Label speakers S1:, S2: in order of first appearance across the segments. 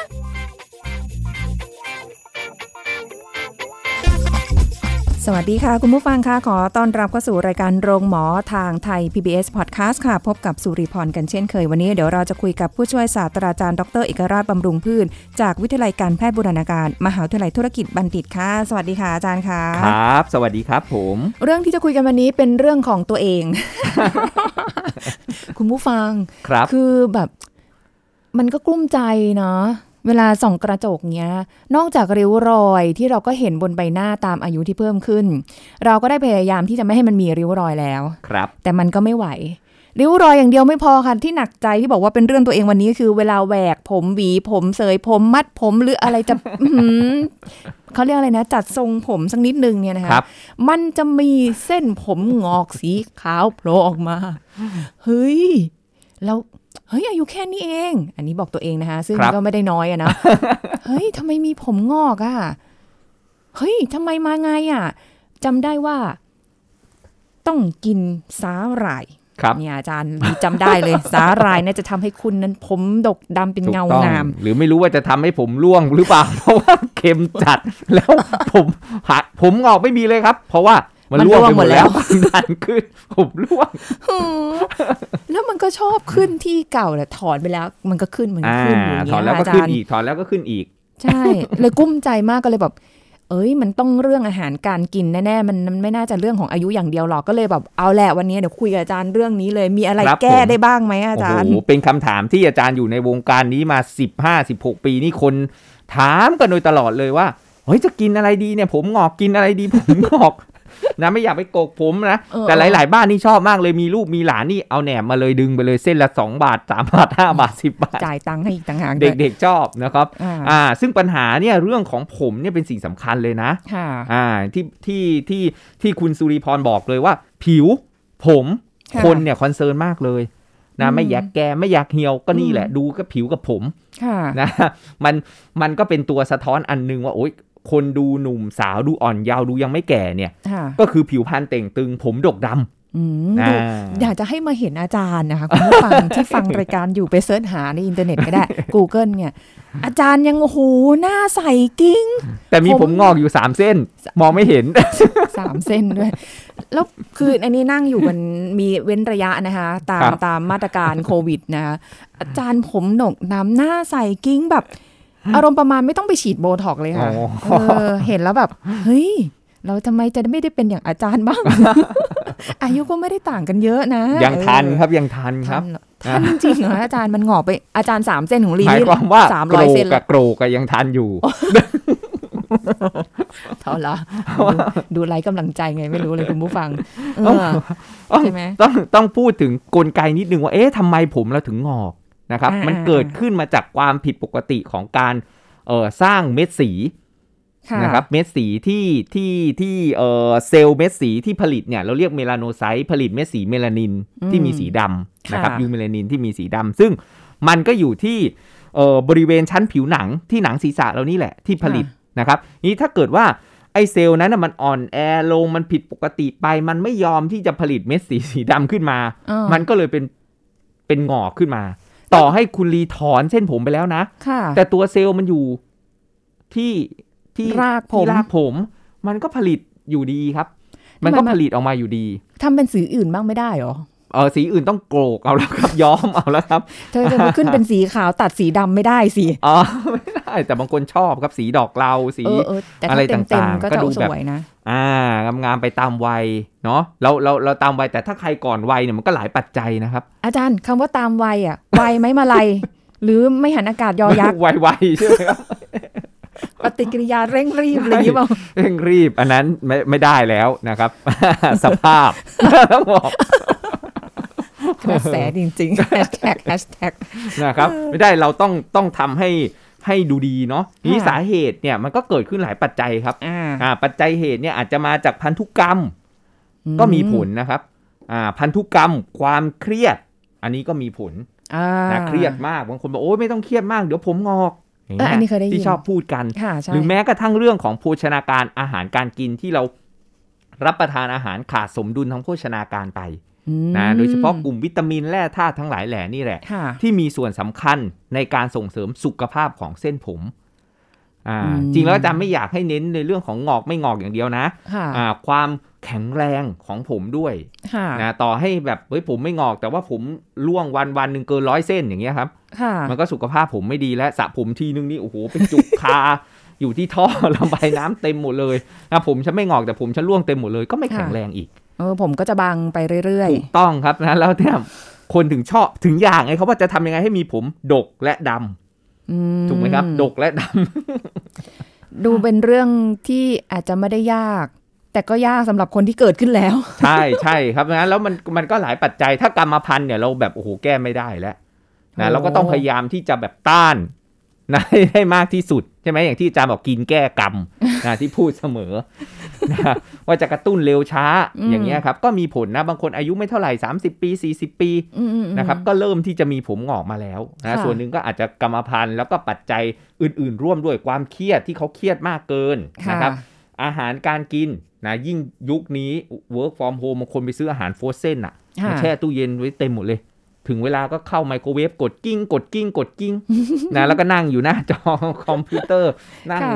S1: ล
S2: สวัสดีค่ะ คุณผู้ฟังค่ะขอต้อนรับเข้าสู่รายการโรงหมอทางไทย PBS Podcast ค่ะ พบกับสุริพรกันเช่นเคย วันนี้เดี๋ยวเราจะคุยกับผู้ช่วยศาสตราจารย์ดรเอกราชบำรุงพืช จากวิทยาลัยการแพทย์บูรณาการ มหาวิทยาลัยธุรกิจบัณฑิตค่ะ สวัสดีค่ะอาจารย์ค่ะ
S3: ครับ สวัสดีครับผม
S2: เรื่องที่จะคุยกันวันนี้เป็นเรื่องของตัวเอง คุณผู้ฟัง
S3: ครับ
S2: คือแบบมันก็กลุ้มใจเนาะเวลาส่องกระจกเนี้ย นอกจากริ้วรอยที่เราก็เห็นบนใบหน้าตามอายุที่เพิ่มขึ้น เราก็ได้พยายามที่จะไม่ให้มันมีริ้วรอยแล้ว
S3: ครับ
S2: แต่มันก็ไม่ไหว ริ้วรอยอย่างเดียวไม่พอค่ะที่หนักใจที่บอกว่าเป็นเรื่องตัวเองวันนี้คือ เวลาแหวกผมหวีผมเสยผมมัดผมหรืออะไร จะ อื้อหือเขาเรียกอะไรนะ จัดทรงผมสักนิดนึงเนี่ยนะคะ
S3: ครับ
S2: มันจะมีเส้นผมงอกสีขาวโผล่ออกมา เฮ้ย แล้วเฮ้ยอายุแค่นี้เอง อันนี้บอกตัวเองนะคะ ซึ่ง
S3: ครับ
S2: ก็ไม่ได้น้อยอะ นะ เฮ้ยทำไมมีผมงอกอะเฮ้ยทำไมมาไงอะจำได้ว่า ต้องกินสาหร่าย
S3: ครับ
S2: เนี่ยอาจารย์จำได้ เลย สาหร่ายเนี่ยจะทำให้คุณนั้นผมดกดำเป็น
S3: ถูก
S2: เงา
S3: ต้อง
S2: งาม
S3: หรือไม่รู้ว่าจะทำให้ผมร่วงหรือเปล่า เพราะว่าเค็มจัด แล้วผมหักผมงอกไม่มีเลยครับ เพราะว่ามัน
S2: มัน
S3: ร่วง
S2: ร่ว
S3: ไป
S2: ง
S3: หม
S2: หมด
S3: ด
S2: แล้
S3: แล้ว วนั่นคือผมร่วง
S2: หือแล้วมันก็ชอบขึ้นที่เก่าแหละถอนไปแล้ว มันก็ขึ้นมันก็
S3: อ่า
S2: ขึ้นอยู่อย่าง
S3: ถอ
S2: เงี้ย
S3: นแล้ว
S2: ค่ะ
S3: ก็
S2: อาจา
S3: ขึ้น
S2: รย์
S3: อีก ถอนแล้วก็ขึ้นอีก
S2: ใช่ เลยกุ้มใจมากก็เลยแบบ เอ้ย มันต้องเรื่องอาหารการกินแน่ๆมันมันไม่น่าจะเรื่องของอายุอย่างเดียวหรอกก็เลยแบบเอาแหละวันนี้เดี๋ยวคุยกับอาจารย์เรื่องนี้เลยมีอะไร
S3: ครับ
S2: แก้
S3: ผม
S2: ได้บ้างไหมอา
S3: โอ้
S2: จารย์
S3: โห เป็นคำถามที่อาจารย์อยู่ในวงการนี้มา 15 16 ปีนี่คนถามกันโดยตลอดเลยว่า เฮ้ย จะกินอะไรดีเนี่ย ผมงอกกินอะไรดี ผมงอก นะไม่อยากไปโกกผมนะ
S2: เออ
S3: แต่หลาย ๆ บ้านนี่ชอบมากเลยมีลูกมีหลานนี่เอาแหนมมาเลยดึงไปเลยเส้นละ 2 บาท 3 บาท 5 บาท 10 บาท
S2: จ่ายตังค์ให้อีกต่างหาก
S3: เด็ก ๆ ชอบนะครับ
S2: ๆอ่า
S3: อ่า ซึ่งปัญหาเนี่ยเรื่องของผมเนี่ยเป็นสิ่งสำคัญเลยนะ
S2: ค่ะ
S3: อ่าที่ที่ที่ที่คุณสุริพรบอกเลยว่า ผิวผม
S2: ค่ะ
S3: คนเนี่ยคอนเซิร์นมากเลย
S2: อื
S3: นะ
S2: ม
S3: ไม่อยากแก่ไม่อยากเหี่ยวก็นี่
S2: อืม
S3: แหละ ดูก็ผิวกับผม
S2: ค่ะ
S3: นะ มันมันก็เป็นตัวสะท้อนอันหนึงว่าโอ๊ยคนดูหนุ่มสาวดูอ่อนเยาว์ดูยังไม่แก่เนี่ย
S2: ค่ะ
S3: ก็คือผิวพรรณเต่งตึง ผมดกด
S2: อืม
S3: ำ
S2: ดู
S3: อ่า
S2: อยากจะให้มาเห็นอาจารย์นะคะคุณผู้ฟัง ที่ฟังรายการอยู่ไปเสิร์ชหาในอินเทอร์เน็ตก็ได้ Google เนี่ย อาจารย์ยังโอ้โหหน้าใสกิ้ง
S3: แต่มี
S2: ผ
S3: ผม มงอกอยู่สามเส้น มองไม่เห็น
S2: สามเส้นด้วย แล้วคืออันนี้นั่งอยู่มันมีเว้นระยะนะคะ ตาม
S3: ครับ
S2: ตามมาตรการโควิดนะคะอาจารย์ผมหนกน้ำหน้าใสกิ้งแบบ อารมณ์ประมาณไม่ต้องไปฉีดโบท็อกซ์เลยค่ะเออเห็นแล้วแบบ เฮ้ย เราทำไมจะไม่ได้เป็นอย่างอาจารย์บ้าง อายุก็ไม่ได้ต่างกันเยอะนะ
S3: ยังทัน
S2: เออ
S3: ครับยังทันครับ
S2: ทันเหรอทันจริงเหรออาจารย์มันหงอกไปอาจารย์สามเส้นของลี
S3: หมาย
S2: นี่
S3: ความว่า
S2: สาม
S3: โก
S2: ร้
S3: ร
S2: อย
S3: ก
S2: เส้น
S3: กับโกรกอะยังทันอยู่
S2: เท่าละดูไลฟ์กำลังใจไงไม่รู้เลยคุณผู้ฟังเออใช่ไหม
S3: ต้องต้องพูดถึงกลไกนิดนึงว่า เอ๊ะทำไมผมเราถึงงอกนะครับ
S2: อ่ามั
S3: มันเกิดขึ้นมาจากความผิดปกติของการเอ่อสร้างเม็ดสีนะครับ เม็ดสีที่ที่ที่เอ่อเซลล์เม็ดสีที่ผลิตเนี่ยเราเรียกเมลาโนไซต์ผลิตเม็ดสีเมลานินที่มีสีดำนะครับ
S2: ค่ะ
S3: ยูเมลานินที่มีสีดำซึ่งมันก็อยู่ที่เอ่อบริเวณชั้นผิวหนังที่หนังศีรษะเรานี่แหละที่ผลิตนะครับนี้ถ้าเกิดว่าไอเซลล์นั้นนะมันอ่อนแอลงมันผิดปกติไป มันไม่ยอมที่จะผลิตเม็ดสีสีดำขึ้นมา
S2: อ่ามั
S3: มันก็เลยเป็นเป็นหงอกขึ้นมา ต่อให้คุณรีถอนเส้นผมไปแล้วนะ
S2: ค่ะ
S3: แต่ตัวเซลล์มันอยู่ที่ที่
S2: รากผม
S3: ที่รากผม มันก็ผลิตอยู่ดีครับ มันก็ผลิตออกมาอยู่ดี
S2: ทำเป็นสีอื่นบ้างไม่ได้เห รอ
S3: เออสีอื่นต้องโกรกเอาแล้วครับ ย้อมเอาแล้วครับ
S2: เธอจะมาขึ้นเป็นสีขาวตัดสีดำไม่ได้สิ
S3: อ๋ อไม่ได้แต่บางคนชอบครับสีดอกเราสี
S2: เออเออแต่
S3: อะ
S2: ถ้า
S3: ไร
S2: เต็มเต็ม
S3: ต่าง
S2: ๆ
S3: ๆ
S2: ก็
S3: ก็
S2: จะ
S3: ดู
S2: ส
S3: แบบ
S2: วยนะ
S3: อ่างามๆไปตามวัยเนาะเราเราเราตามวัยแต่ถ้าใครก่อนวัยเนี่ยมันก็หลายปัจจัยนะครับ
S2: อาจารย์คำว่าตามวัยอ่ะ วัยไหมมาลัย หรือไม่หันอากาศยอยัก ษ์
S3: วัยวัยใช่ไหมครับ
S2: ปฏิกิริยาเร่งรีบอะไรอย่างนี้เปล่า
S3: เร่งรีบ อันนั้นไม่ไม่ได้แล้วนะครับ สภาพ ต้องบอก
S2: กระแสจริงๆแฮชแท็กแฮชแท็ก
S3: นะครับไม่ได้เราต้องต้องทำให้ ให้ดูดีเนาะทีนี้
S2: ค่ะ
S3: สาเหตุเนี่ยมันก็เกิดขึ้นหลายปัจจัยครับ
S2: อ่า
S3: อ่าปัจจัยเหตุเนี่ยอาจจะมาจากพันธุกรรม
S2: อื
S3: ก็มีผลนะครับอ่าพันธุกรรมความเครียด อันนี้ก็มีผล
S2: อ่า
S3: นะเครียดมากบางคนบอกโอ้ยไม่ต้องเครียดมากเดี๋ยวผมงอกางงี้
S2: เอออันนี้เคยได้ยิน
S3: ที่ชอบพูดกัน
S2: ค่ะใช่
S3: หรือแม้กระทั่งเรื่องของโภชนาการอาหารการกินที่เรารับประทานอาหารขาดสมดุลทางโภชนาการไป
S2: อืม
S3: นะโดยเฉพาะกลุ่มวิตามินแร่ธาตุทั้งหลายแหล่นี่แหละ
S2: ค่ะ
S3: ที่มีส่วนสำคัญในการส่งเสริมสุขภาพของเส้นผมอ่า
S2: อืม
S3: จริงแล้วอาจารย์ไม่อยากให้เน้นในเรื่องของงอกไม่งอกอย่างเดียวนะ
S2: ค่ะ
S3: อ่าความแข็งแรงของผมด้วย
S2: ค่ะ
S3: นะต่อให้แบบเฮ้ยผมไม่งอก แต่ว่าผมร่วงวันวันหนึ่งเกินร้อยเส้นอย่างเงี้ยครับ
S2: ค่ะ
S3: มันก็สุขภาพผมไม่ดีและสระผมทีนึงนี่โอ้โหเป็นจุกคา อยู่ที่ท่อ ระบายน้ำเต็มหมดเลยนะผมฉันไม่งอกแต่ผมฉันร่วงเต็มหมดเลยก็ไม่แข็ง
S2: ค่ะ
S3: แรงอีก
S2: เออผมก็จะบางไปเรื่อย
S3: ถูกต้องครับนะแล้วเนี่ยคนถึงชอบถึงอยากไงเขาว่าจะทำยังไงให้มีผมดกและดำ
S2: ๆอื
S3: ถูกไหมครับ ดกและดำ
S2: ดูเป็นเรื่องที่อาจจะไม่ได้ยาก แต่ก็ยากสำหรับคนที่เกิดขึ้นแล้ว
S3: ใช่ใช่ครับนะแล้วมันมันก็หลายปัจจัยถ้ากรรมพันธุ์เนี่ยเราแบบโอ้โหแก้ไม่ได้แล้วนะ
S2: โอ้
S3: เราก็ต้องพยายามที่จะแบบต้าน นะให้ให้มากที่สุดใช่ไหมอย่างที่อาจารย์บอกกินแก้กร รมนะที่พูดเสมอ นะว่าจะกระตุ้นเร็วช้าอย่างเงี้ยครับ ก็มีผลนะบางคนอายุไม่เท่าไหร่ 30 ปี 40 ปี
S2: อืมๆๆ
S3: นะครับ ก็เริ่มที่จะมีผมงอกมาแล้วนะ
S2: ค่ะ
S3: ส่วนหนึ่งก็อาจจะกรรมพันธุ์แล้วก็ปัจจัยอื่น ๆ ร่วมด้วยความเครียดที่เขาเครียดมากเกินนะครับ อาหารการกินนะยิ่งยุคนี้ work from home บางคนไปซื้ออาหารโฟรเซนอะ
S2: ค่ะ
S3: มาแช่ตู้เย็นไว้เต็มหมดเลย ถึงเวลาก็เข้าไมโครเวฟกดกิ้ง กดกิ้ง กด กิ้ง นะแล้วก็นั่งอยู่หน้าจอ คอมพิวเตอร์ นั่ง
S2: ค่ะ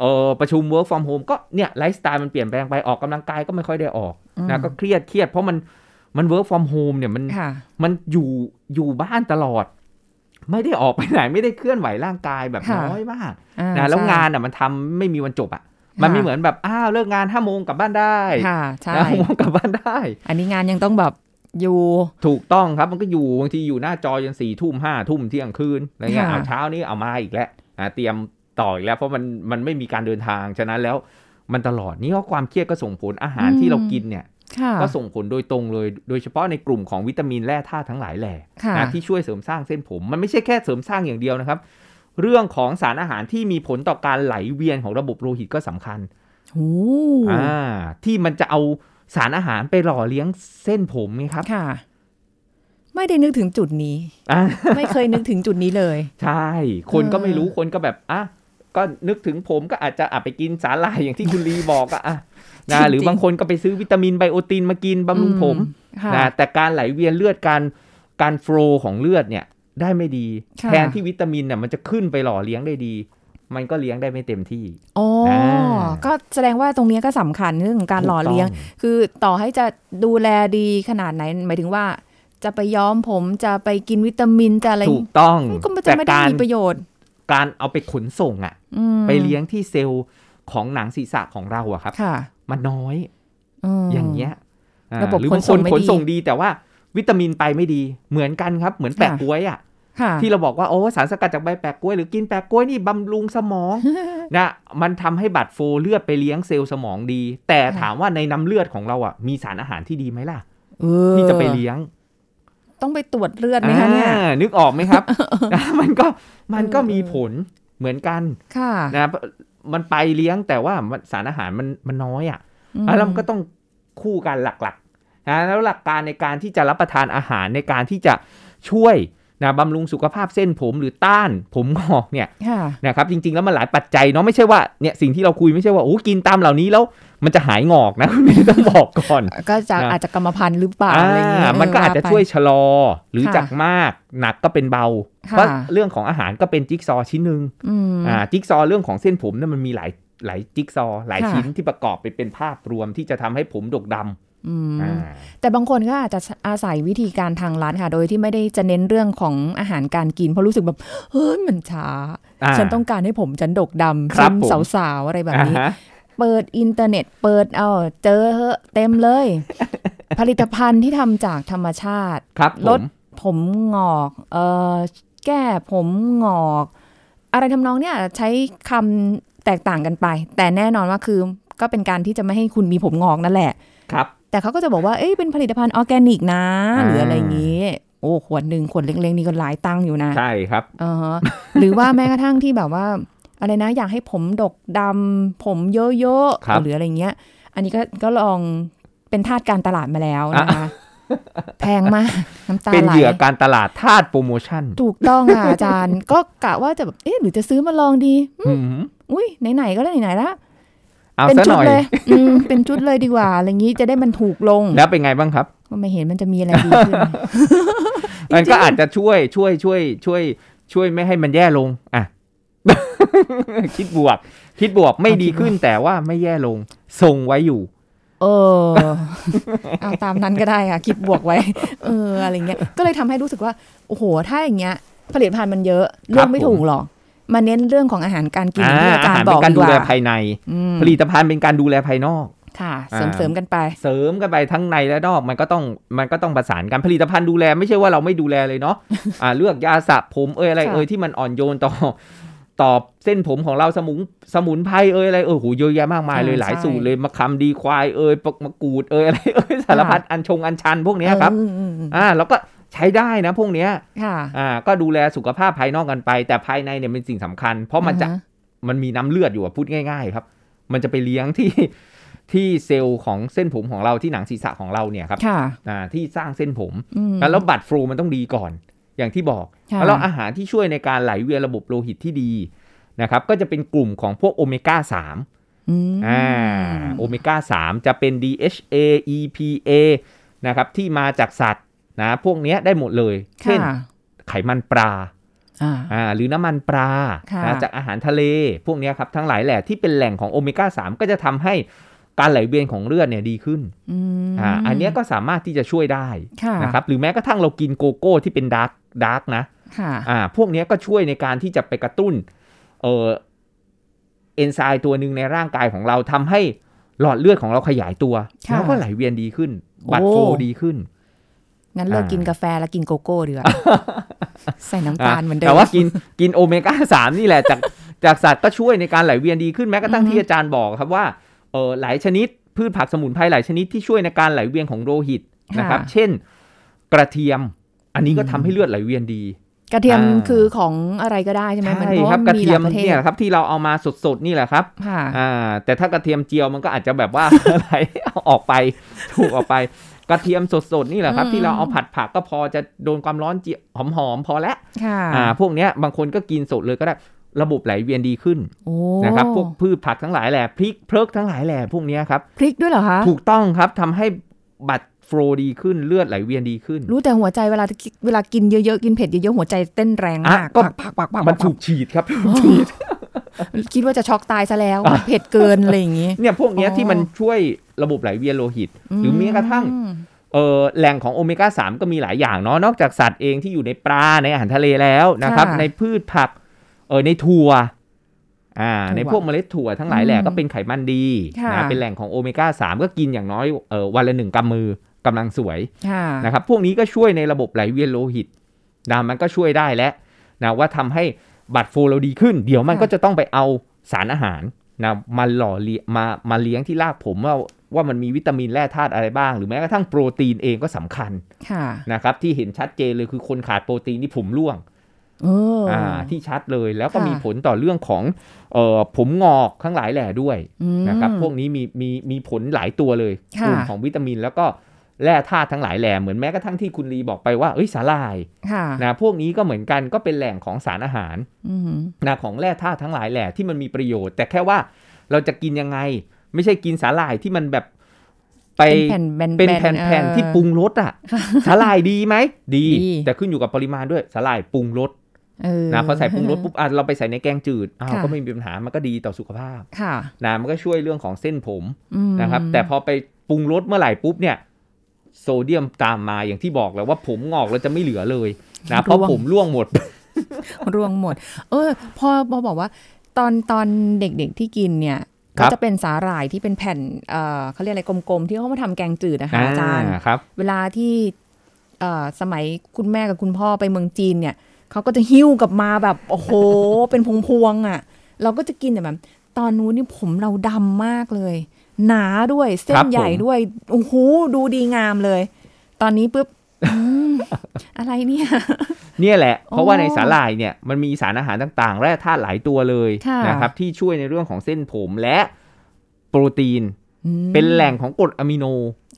S3: เอ่อประชุม work from home ก็เนี่ยไลฟ์สไตล์มันเปลี่ยนแปลงไปออกกำลังกายก็ไม่ค่อยได้ออกนะก็เครียดเครียดเพราะมันมัน work from home เนี่ยมัน
S2: ค่ะ
S3: มันอยู่อยู่บ้านตลอด ไม่ได้ออกไปไหนไม่ได้เคลื่อนไหวร่างกายแบบ
S2: ค่ะ
S3: น้อยมาก
S2: อ่า
S3: นะแล้ว
S2: ใช่
S3: งานอ่ะมันทำไม่มีวันจบอ่ะ มัน
S2: ค่ะ
S3: ไม่เหมือนแบบอ้าวเลิกงานห้าโมงกลับบ้านได้
S2: ค่ะใช่
S3: นะห้าโมงกลับบ้านได้
S2: อันนี้งานยังต้องแบบอยู่
S3: ถูกต้องครับมันก็อยู่บางทีอยู่หน้าจอจนสี่ทุ่มห้าทุ่มเที่ยงคืนอะไรเงี้ย
S2: ค่ะ
S3: เอาเช้านี้เอามาอีกแล้วอ่ะเตรียมต่ออีกแล้ว เพราะมันมันไม่มีการเดินทางฉะนั้นแล้วมันตลอดนี่ก็ความเครียดก็ส่งผลอาหารที่เรากินเนี่ย
S2: ค่ะ
S3: ก็ส่งผลโดยตรงเลย โดยเฉพาะในกลุ่มของวิตามินแร่ธาตุทั้งหลายแหล่
S2: ค่ะ
S3: นะที่ช่วยเสริมสร้างเส้นผม มันไม่ใช่แค่เสริมสร้างอย่างเดียวนะครับ เรื่องของสารอาหารที่มีผลต่อการไหลเวียนของระบบโลหิตก็สำคัญ
S2: โอ้
S3: อ่าที่มันจะเอาสารอาหารไปหล่อเลี้ยงเส้นผมไงครับ
S2: ค่ะ ไม่ได้นึกถึงจุดนี้
S3: อ่า
S2: ไม่เคยนึกถึงจุดนี้เลย
S3: ใช่ คนก็
S2: เออ
S3: ไม่รู้คนก็แบบอ่ะก็นึกถึงผมก็อาจจะอ่ะไปกินสาหร่ายอย่างที่คุณลีบอกก็อ่ะนะหรือบางคนก็ไปซื้อวิตามินไบโอตินมากินบำรุงผม
S2: ค่ะ
S3: นะแต่การไหลเวียนเลือดการการโฟลของเลือดเนี่ยได้ไม่ดี
S2: ค่ะ
S3: แทนที่วิตามินเนี่ยมันจะขึ้นไปหล่อเลี้ยงได้ดี มันก็เลี้ยงได้ไม่เต็มที่
S2: อ๋ออา ก็แสดงว่าตรงเนี้ยก็สำคัญเรื่องของการหล่อเลี้ยง
S3: ถูกต้
S2: คือต่อให้จะดูแลดีขนาดไหน หมายถึงว่า จะไปย้อมผมจะไปกินวิตามินจะอะไร
S3: ถูกต้อง
S2: ก็มันจะไม่ได้
S3: การ
S2: มีประโยชน์
S3: การเอาไปขนส่งอะ
S2: อืม
S3: ไปเลี้ยงที่เซลล์ของหนังศีรษะของเราอะครับ
S2: ค่ะ
S3: มันน้อย
S2: ม
S3: อย่างเงี้ยอ่า
S2: ระบบ
S3: หรือบาง
S2: ข
S3: คน
S2: ส่ง
S3: น
S2: ไม่ดี
S3: ขนส่งดีแต่ว่าวิตามินไปไม่ดีเหมือนกันครับ เหมือนแปะ
S2: ค่ะ
S3: กล้วยอะ
S2: ค่ะ
S3: ที่เราบอกว่าโอ้สารสกัดจากใบแปะกล้วยหรือกินแปะกล้วยนี่บำรุงสม อง นะมันทำให้บัตรโฟเลือดไปเลี้ยงเซลล์สมองดี แต่ถามว่าในน้ำเลือดของเราอะมีสารอาหารที่ดีไหมล่ะ
S2: เออ
S3: ที่จะไปเลี้ยง
S2: ต้องไปตรวจเลือดไหมคะเนี่ย
S3: อ่านึกออกไหม ครับ นะมันก็มันก็
S2: เออ
S3: มีผลเหมือนกัน
S2: ค่ะ
S3: นะมันไปเลี้ยงแต่ว่ามันสารอาหารมันมันน้อยอ่ะ
S2: อืม
S3: แล้วมันก็ต้องคู่กันหลักๆนะแล้วหลักการในการที่จะรับประทานอาหารในการที่จะช่วยนะบำรุงสุขภาพเส้นผมหรือต้านผมงอกเนี่ย
S2: ค่ะ
S3: นะครับ จริงๆแล้วมันหลายปัจจัยเนาะไม่ใช่ว่าเนี่ยสิ่งที่เราคุยไม่ใช่ว่าโอ้กินตามเหล่านี้แล้วมันจะหายงอกนะ คุณนี่ต้องบอกก่อน
S2: ก็จะ
S3: นะ
S2: อาจจะกรรมพันธุ์หรือเปล่าอะไรอย่างเงี้ย
S3: อ่ามันก็อาจจะ
S2: เไป
S3: ช่วยชะลอหรือ
S2: ค่ะ
S3: จากมากหนักก็เป็นเบา
S2: ค่ะ
S3: เพราะเรื่องของอาหารก็เป็นจิ๊กซอว์ชิ้นหนึ่ง
S2: อืม
S3: อ่าจิ๊กซอว์เรื่องของเส้นผมเนี่ยมันมีหลายหลายจิ๊กซอว์หลาย
S2: ค่ะ
S3: ชิ้นที่ประกอบไปเป็นภาพรวมที่จะทำให้ผมดกดำ
S2: อืม
S3: อ่า
S2: แต่บางคนก็อาจจะอาศัยวิธีการทางร้านค่ะ โดยที่ไม่ได้จะเน้นเรื่องของอาหารการกิน เพราะรู้สึกแบบ เฮ้ยมันช้า
S3: า
S2: ฉันต้องการให้ผมฉันดกดำ
S3: ครั
S2: ฉัน
S3: บผม
S2: สาวๆ อะไรแบบนี้
S3: อ่าฮะ
S2: เปิดอินเทอร์เน็ต เปิดเอาเจอเหอะเต็มเลย ผลิตภัณฑ์ที่ทำจากธรรมชาติ
S3: ครับผ
S2: ลด
S3: ม
S2: ผมงอกเอ่อแก้ผมงอก อะไรทำนองเนี่ยใช้คำแตกต่างกันไป แต่แน่นอนว่าคือก็เป็นการที่จะไม่ให้คุณมีผมงอกนั่นแหละ
S3: ครับ
S2: แต่เขาก็จะบอกว่าเอ้ยเป็นผลิตภัณฑ์ออร์แกนิกนะ
S3: อ่า
S2: หรืออะไรอย่างนี้ โอ้ขวดหนึ่งขวดเล็กๆนี่ก็หลายตังค์อยู่นะ
S3: ใช่ครับ
S2: เออฮะหรือว่าแม้กระทั่งที่แบบว่า อะไรนะอยากให้ผมดกดำผมเยอะ
S3: ครับ
S2: ๆหรืออะไรเงี้ย อันนี้ก็ก็ลองเป็นทาสการตลาดมาแล้วนะคะ แพงมากน้ำตา
S3: เป็น
S2: ไหล
S3: เหยื่อการตลาดทาสโปรโมชั่น
S2: ถูกต้องค่ะ อาจารย์ ก็กะว่าจะแบบเอ๊ะหรือจะซื้อมาลองดี
S3: อืม
S2: อุ้ยไหนๆก็ได้ไหนๆละ
S3: เอา
S2: เป็น
S3: ซะ
S2: ชุ
S3: ห
S2: ด
S3: น่อย
S2: เลยอืมเป็นชุดเลยดีกว่าอะไรอย่างนี้จะได้มันถูกลง
S3: แล้วเป็นไงบ้างครับ
S2: ก็ไม่เห็นมันจะมีอะไรดีขึ้น
S3: มันก็อาจจะช่วยช่วยช่วย ช่วย ช่วยไม่ให้มันแย่ลง อ่ะ คิดบวก คิดบวกไม่
S2: เอาคิด
S3: ดีขึ้นแต่ว่าไม่แย่ลง ทรงไว้อยู่
S2: เออ เอาตามนั้นก็ได้ค่ะ คิดบวกไว้ เอออะไรเงี้ยก็เลยทำให้รู้สึกว่า โอ้โห ถ้าอย่างเงี้ย ผลิตภัณฑ์มันเยอะเลือกไม่
S3: ผม
S2: ถูกหรอกมาเน้นเรื่องของอาหารการกิน
S3: อา
S2: ที่อา
S3: อา
S2: จาร
S3: หาร
S2: ย์บ
S3: เป็
S2: อน ก
S3: การ
S2: ดีก
S3: ดูแล
S2: ว่า
S3: ภายใน
S2: อืม
S3: ผลิตภัณฑ์เป็นการดูแลภายนอก
S2: ค่ะ
S3: อ่า
S2: เสริมๆกันไป
S3: เสริมกันไปทั้งในและนอกมันก็ต้องมันก็ต้องประสานกันผลิตภัณฑ์ดูแลไม่ใช่ว่าเราไม่ดูแลเลยเนาะ อ่าเลือกยาสระผมเอยอะไร
S2: ค่ะ
S3: เอยที่มันอ่อนโยนต่อ ต่อเส้นผมของเราสมุนสมุนไพรเอยอะไรเอยโหเยอะแยะมากมายเลย
S2: อ่า
S3: หลาย
S2: ใช่
S3: สูตรเลยมะขามดีควายเอยปกมะกรูดเอยอะไร เอยสารพัดอันชงอันชันพวกเนี้ยครับ
S2: อืมอืมอืม
S3: อ่าเราก็ใช้ได้นะพวกเนี้ย
S2: ค่ะ
S3: อ่า ก็ดูแลสุขภาพภายนอกกันไป แต่ภายในเนี่ยเป็นสิ่งสำคัญ เพราะมันจะ
S2: อ่าฮ
S3: มันมีน้ำเลือดอยู่อะพูดง่าย ๆ ครับ มันจะไปเลี้ยงที่ ที่เซลล์ของเส้นผมของเราที่หนังศีรษะของเราเนี่ยครับ
S2: ค่ะ
S3: อ่าที่สร้างเส้นผม
S2: อืม
S3: แล้วบัตรฟลูมันต้องดีก่อน อย่างที่บอก
S2: ค่ะ
S3: แล้วอาหารที่ช่วยในการไหลเวียนระบบโลหิตที่ดีนะครับก็จะเป็นกลุ่มของพวกโอเมก้า3
S2: อืม
S3: อ่าโอเมก้า3จะเป็น DHA EPA นะครับที่มาจากสัตว์นะพวกเนี้ยได้หมดเลย เช่น
S2: ค่ะ
S3: ไขมันปลา
S2: อ่า
S3: อ่าหรือน้ำมันปลา
S2: ค่ะ
S3: นะจากอาหารทะเล พวกเนี้ยครับทั้งหลายแหล่ที่เป็นแหล่งของโอเมก้า 3 ก็จะทำให้การไหลเวียนของเลือดเนี่ยดีขึ้นอ่าอันเนี้ยก็สามารถที่จะช่วยได้
S2: ค่ะ
S3: นะครับหรือแม้กระทั่งเรากินโกโก้ที่เป็นดาร์กดาร์กนะ
S2: ค่ะ
S3: อ่าพวกเนี้ยก็ช่วยในการที่จะไปกระตุ้นเออเอนไซม์ตัวหนึ่งในร่างกายของเราทำให้หลอดเลือดของเราขยายตัว
S2: ค่ะ
S3: แล้วก็ไหลเวียนดีขึ้น บัตร
S2: โอ้
S3: โฟดีขึ้น
S2: งั้นเลิก
S3: อ่ากิ
S2: กินกาแฟแล้วกินโกโก้ดี กว่าใส่น้ำตาลเหมือนเดิม
S3: แต่ว่ากินกินโอเมก้าสามนี่แหละจาก จากสัตว์ก็ช่วยในการไหลเวียนดีขึ้นแม้กระทั่ง
S2: อือฮึ
S3: ที่อาจารย์บอกครับว่าเออหลายชนิดพืชผักสมุนไพรหลายชนิดที่ช่วยในการไหลเวียนของโลหิตนะครับ เช่น กระเทียม อันนี้ก็ทำให้เลือดไหลเวียนดี
S2: กระเทียม
S3: อ่า
S2: คือของอะไรก็ได้ใช่ไหมมัน
S3: ใช่
S2: เพราะ
S3: ครั
S2: ว่า
S3: บกระ
S2: มี
S3: เที
S2: ห
S3: ย
S2: ลาม ยประเทศ
S3: เนี่ยครับที่เราเอามาสดๆนี่แหละครับ
S2: ค่ะ
S3: อ่าแต่ถ้ากระเทียมเจียวมันก็อาจจะแบบว่า อะไรเอาออกไปถูกออกไป กระเทียมสดๆนี่แหละครับ ที่เราเอาผัดผักก็พอจะโดนความร้อนเจียวหอมๆพอแล้ว
S2: ค่ะ
S3: อ่าพวกเนี้ยบางคนก็กินสดเลยก็ได้ระบบไหลเวียนดีขึ้น
S2: โอ้
S3: นะครับพวกพืชผักทั้งหลายแหละพริกเพลิกทั้งหลายแหละพวกเนี้ยครับ
S2: พริกด้วยเหรอคะ
S3: ถูกต้องครับทำให้บัตรโฟลดีขึ้นเลือดไหลเวียนดีขึ้น
S2: รู้แต่หัวใจเวลาเวลากินเยอะๆกินเผ็ดเยอะๆหัวใจเต้นแรงมาก
S3: อ่ะก็
S2: ปักปักปัก
S3: มัน
S2: ปัก
S3: ถูกฉีดครับ
S2: คิดว่าจะช็อกตายซะแล้วเผ็ดเกินอะไรอย่างนี้
S3: เนี่ยพวกเนี้ย
S2: อ๋อ
S3: ที่มันช่วยระบบไหลเวียนโลหิต หรือแม้กระทั่ง
S2: อืม
S3: เออแหล่งของโอเมก้า3ก็มีหลายอย่างเนาะนอกจากสัตว์เองที่อยู่ในปลาในอาหารทะเลแล้วนะครับ ในพืชผักเออในถั่วอ่าในพวกเมล็ดถั่วทั้งหลายแหล่ก็เป็นไขมันดีนะเป็นแหล่งของโอเมก้า3ก็กินอย่างน้อยเออวันละหนึ่งกำมือกำลังสวย
S2: ค่ะ
S3: นะครับ พวกนี้ก็ช่วยในระบบไหลเวียนโลหิตนะมันก็ช่วยได้และนะว่าทำให้บัตรโฟเราดีขึ้น เดี๋ยวมันก็จะต้องไปเอาสารอาหารนะมาหล่อเลี้ยมามาเลี้ยงที่รากผมว่าว่ามันมีวิตามินแร่ธาตุอะไรบ้าง หรือแม้กระทั่งโปรตีนเองก็สำคัญ
S2: ค่ะ
S3: นะครับที่เห็นชัดเจนเลยคือคนขาดโปรตีนนี่ผมร่วง
S2: เอออ
S3: ่าที่ชัดเลยแล้วก็
S2: ค่ะ
S3: มีผลต่อเรื่องของเอ่อผมงอกทั้งหลายแหล่ด้วย
S2: อืม
S3: นะครับพวกนี้มีมีมีผลหลายตัวเลย
S2: ค่ะ
S3: กลุ่มของวิตามินแล้วก็แร่ธาตุทั้งหลายแหล่เหมือนแม้กระทั่งที่คุณลีบอกไปว่าเอ้ยสาลาย
S2: ค่ะ
S3: นะพวกนี้ก็เหมือนกันก็เป็นแหล่งของสารอาหาร
S2: อืม
S3: นะของแร่ธาตุทั้งหลายแหล่ที่มันมีประโยชน์ แต่แค่ว่าเราจะกินยังไง ไม่ใช่กินสาลายที่มันแบบไป
S2: เป็นแผ่นแบนๆ
S3: เป็นแผ่น
S2: เออ
S3: ๆที่ปรุงรสอ่ะ สาหร่ายดีไหม ดี
S2: ดี
S3: แต่ขึ้นอยู่กับปริมาณด้วยสาหร่ายปรุงรส
S2: เออ
S3: นะพอใส่ปรุงรสปุ๊บอ่ะเราไปใส่ในแกงจืดอ้าว
S2: ค่ะ
S3: ก็ไม่มีปัญหามันก็ดีต่อสุขภาพ
S2: ค่ะ
S3: นะมันก็ช่วยเรื่องของเส้นผม
S2: อืม
S3: นะครับ แต่พอไปปรุงรสเมื่อไหร่ปุ๊บเนี่ย โซเดียมตามมาอย่างที่บอกแล้วว่าผมงอกแล้วจะไม่เหลือเลย นะเพราะ
S2: ร่วง
S3: ผมร่วงหมด
S2: ร่วงหมด เออ พอพอบอกว่า ตอนตอนเด็กๆที่กินเนี่ย
S3: ครั
S2: ก็
S3: บ
S2: จะเป็นสาหร่ายที่เป็นแผ่นเอ่อเขาเรียกอะไรกลมๆ ที่เขามาทำแกงจืดนะคะอาจารย์
S3: อ่ครับ
S2: เวลาที่เอ่อสมัยคุณแม่กับคุณพ่อไปเมืองจีนเนี่ย เขาก็จะหิ้วกลับมาแบบ โอ้โห เป็นพวงๆอ่ะ เราก็จะกินแต่แบบ ตอนนู้นนี่ผมเราดำมากเลย หนาด้วย เส้
S3: ครั
S2: น
S3: บ
S2: ใหญ่
S3: ผม
S2: ด้วย โอ้โห ดูดีงามเลย ตอนนี้ปุ๊บอืม อะไรเนี่ย
S3: เนี่ยแหละ เพราะ
S2: โอ้
S3: ว่าในสาหร่ายเนี่ยมันมีสารอาหารต่างๆ แร่ธาตุหลายตัวเลย
S2: ค่ะ
S3: นะครับที่ช่วยในเรื่องของเส้นผมและโปรตีน
S2: อืม
S3: เป็นแหล่งของกรดอะมิโน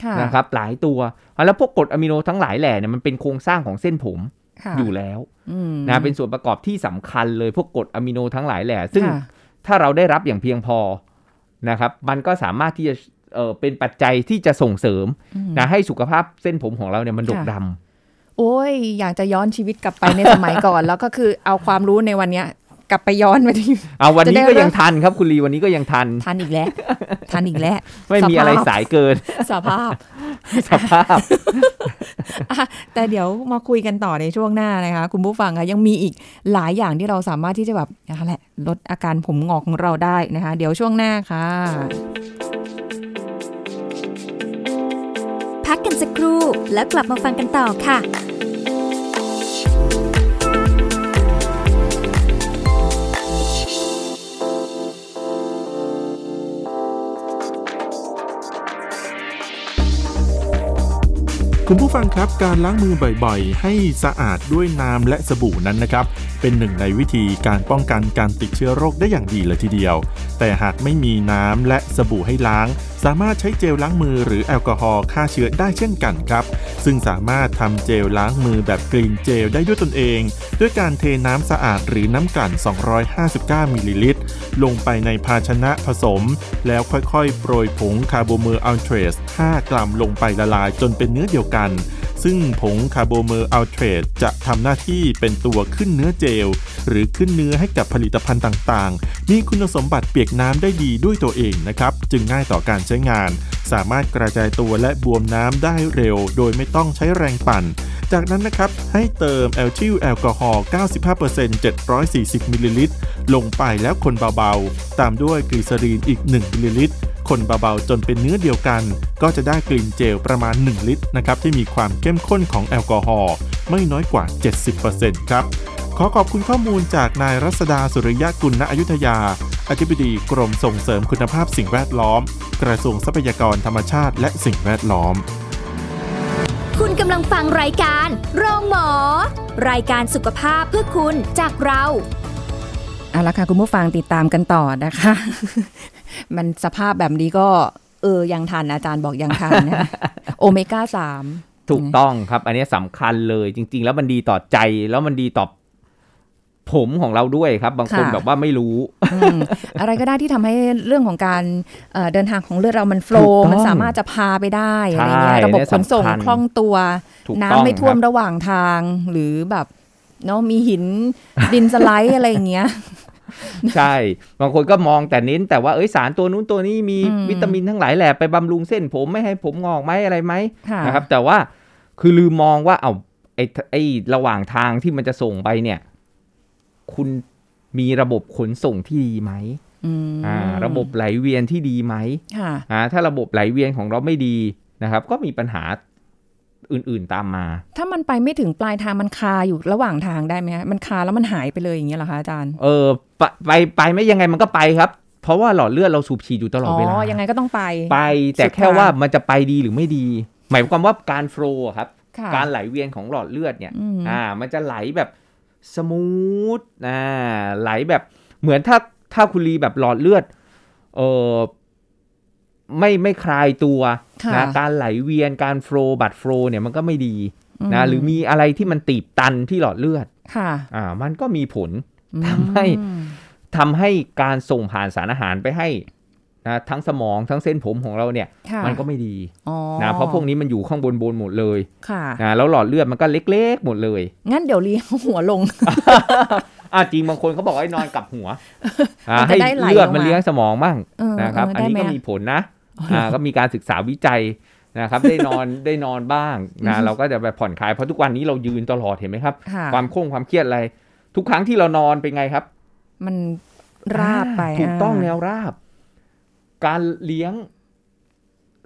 S2: ค่ะ
S3: นะครับหลายตัวแล้วพวกกรดอะมิโนทั้งหลายแหล่เนี่ยมันเป็นโครงสร้างของเส้นผม
S2: ค่ะ
S3: อยู่แล้ว
S2: อืม
S3: นะเป็นส่วนประกอบที่สำคัญเลยพวกกรดอะมิโนทั้งหลายแหล่ซึ่ง
S2: ค่ะ
S3: ถ้าเราได้รับอย่างเพียงพอนะครับ มันก็สามารถที่จะเอ่อเป็นปัจจัยที่จะส่งเสริม
S2: อืม
S3: นะให้สุขภาพเส้นผมของเราเนี่ยมันดก
S2: ค่ะ
S3: ดำ
S2: โอ้ย อยากจะย้อนชีวิตกลับไปในสมัยก่อน แล้วก็คือเอาความรู้ในวันเนี้ย กลับไปย้อนไปที่
S3: เอาวัน
S2: จะ
S3: นี้
S2: ได้
S3: ก็ยังทันครับคุณลีวันนี้ก็ยังทัน
S2: ทันอีก แล้วทันอีกแล้ว
S3: ไม่มีอะไร
S2: สภาพ
S3: สายเกิน
S2: สภาพ
S3: สภาพ
S2: แต่เดี๋ยวมาคุยกันต่อในช่วงหน้านะคะ คุณผู้ฟังคะยังมีอีกหลายอย่างที่เราสามารถที่จะแบบนั่นแหละลดอาการผมงอกของเราได้นะคะ เดี๋ยวช่วงหน้าค่ะ
S1: พักกันสักครู่แล้วกลับมาฟังกันต่อค่ะ
S4: คุณผู้ฟังครับการล้างมือบ่อยๆ ให้สะอาดด้วยน้ำและสบู่นั้นนะครับ เป็นหนึ่งในวิธีการป้องกันการติดเชื้อโรคได้อย่างดีเลยทีเดียว แต่หากไม่มีน้ำและสบู่ให้ล้าง สามารถใช้เจลล้างมือหรือแอลกอฮอล์ฆ่าเชื้อได้เช่นกันครับ ซึ่งสามารถทำเจลล้างมือแบบกรีนเจลได้ด้วยตนเอง ด้วยการเทน้ำสะอาดหรือน้ำกลั่น 259มิลลิลิตร ลงไปในภาชนะผสม แล้วค่อยๆ โปรยผงคาร์โบเมอร์อัลเทรส 5 กรัมลงไปละลายจนเป็นเนื้อเดียวกัน ซึ่งผงคาร์โบเมอร์อัลเทรสจะทำหน้าที่เป็นตัวขึ้นเนื้อเจล หรือขึ้นเนื้อให้กับผลิตภัณฑ์ต่างๆ มีคุณสมบัติเปียกน้ำได้ดีด้วยตัวเองนะครับ จึงง่ายต่อการใช้งาน สามารถกระจายตัวและบวมน้ำได้เร็ว โดยไม่ต้องใช้แรงปั่น จากนั้นนะครับ ให้เติมแอลทิลแอลกอฮอล์ 95% 740มิลลิลิตร ลงไปแล้วคนเบาๆ ตามด้วยกลีเซอรีนอีก 1มิลลิลิตร คนเบาๆ จนเป็นเนื้อเดียวกัน ก็จะได้กลิ่นเจลประมาณ 1 ลิตรนะครับ ที่มีความเข้มข้นของแอลกอฮอล์ไม่น้อยกว่า 70%ครับ ขอขอบคุณข้อมูลจากนายรัศดาสุริยะกุลณอยุธยา อธิบดีกรมส่งเสริมคุณภาพสิ่งแวดล้อม กระทรวงทรัพยากรธรรมชาติและสิ่งแวดล้อม
S1: คุณกำลังฟังรายการ โรงหมอ รายการสุขภาพเพื่อคุณจากเรา
S2: เอาละค่ะคุณผู้ฟังติดตามกันต่อนะคะ มันสภาพแบบนี้ก็ เออ ยังทันอาจารย์บอกยังทัน นะคะ โอเมก้าสาม
S3: ถูกต้องครับ อันนี้สำคัญเลยจริง ๆ แล้วมันดีต่อใจแล้วมันดีต่อผมของเราด้วยครับ บางคน
S2: ค่ะ
S3: แบบว่าไม่รู้
S2: อืมอะไรก็ได้ที่ทำให้เรื่องของการเอ่อเดินทางของเลือดเรามันโฟล
S3: ถูกต้อง
S2: มันสามารถจะพาไปได้อะไรเงี้
S3: ใช่
S2: ยระบบ
S3: เนี่ย
S2: ขนส่ง
S3: สำคัญ
S2: คล่องตัว
S3: ถูก
S2: น้ำ
S3: ต้อง
S2: ไม่ท่วม
S3: ครับ
S2: ระหว่างทางหรือแบบเนาะมีหิน ดินสไลด์อะไรอย่างเงี้ย
S3: ใช่ บางคนก็มองแต่เน้น แต่ว่าเอ้ยสารตัวนู้นตัวนี้มี
S2: อืม
S3: วิตามินทั้งหลายแหล่ไปบำรุงเส้นผมไม่ให้ผมงอกไหมอะไรไหม
S2: ค่ะ
S3: นะครับแต่ว่าคือลืมมองว่าเอาไอ้ไอ้ระหว่างทางที่มันจะส่งไปเนี่ย คุณมีระบบขนส่งที่ดีไหม
S2: อืม
S3: อ่า ระบบไหลเวียนที่ดีไหม
S2: ค่ะ
S3: อ่าถ้าระบบไหลเวียนของเราไม่ดีนะครับ ก็มีปัญหาอื่นๆตามมา
S2: ถ้ามันไปไม่ถึงปลายทางมันคาอยู่ระหว่างทางได้ไหมคะมันคาแล้วมันหายไปเลยอย่างเงี้ยเหรอคะอาจารย์
S3: เออไปไปไปไม่ยังไงมันก็ไปครับ เพราะว่าหลอดเลือดเราสูบฉีดอยู่ตลอดเวลา
S2: ยังไงก็ต้องไป
S3: ไป แต่
S2: สุด
S3: แค่
S2: ทาง
S3: ว่ามันจะไปดีหรือไม่ดี หมายความว่าการโฟลว์อะครับ
S2: ค่ะ
S3: การไหลเวียนของหลอดเลือดเนี่ย
S2: อืม
S3: อ่า มันจะไหลแบบสมูท อ่า ไหลแบบเหมือนถ้าถ้าคุณรีแบบหลอดเลือด เออไม่ไม่คลายตัว
S2: ค่ะ
S3: นะการไหลเวียนการโฟลบัตโฟลเนี่ยมันก็ไม่ดีนะ
S2: ม
S3: หรือมีอะไรที่มันตีบตันที่หลอดเลือด
S2: ค่ะ
S3: อ่า มันก็มีผล ทำให้
S2: อืม
S3: ทำให้การส่งผ่านสารอาหารไปให้นะทั้งสมองทั้งเส้นผมของเราเนี่ย
S2: ค่ะ
S3: มันก็ไม่ดี
S2: อ๋อ
S3: นะ เพราะพวกนี้มันอยู่ข้างบนบนหมดเลย
S2: ค่ะ
S3: นะแล้วหลอดเลือดมันก็เล็กๆหมดเลย
S2: งั้นเดี๋ยวเลี้ยงหัวลง
S3: อ่ะจริงบางคนเขาบอกให้นอนกลับหัวอ่ะ
S2: มันจะ
S3: ให้
S2: ได้ไหล
S3: เลือด
S2: ลง
S3: มัน
S2: มา
S3: เลี้ยงสมองบ้าง
S2: เออ
S3: นะครับ
S2: เออ
S3: อัน
S2: ได้
S3: นี้
S2: ไหม
S3: ก็
S2: อะ
S3: มีผลนะอ่าก็มีการศึกษาวิจัยนะครับ ได้นอนได้นอนบ้าง
S2: อื
S3: นะ
S2: ม
S3: เราก็จะแบบผ่อนคลายเพราะทุกวันนี้เรายืนตลอดเห็นไหมครับ
S2: ค่ะ
S3: ความโคร่งความเครียดอะไร ทุกครั้งที่เรานอนเป็นไงครับ
S2: มันราบไป
S3: อ่ถูกต้องแน
S2: าว
S3: ราบ การเลี้ยง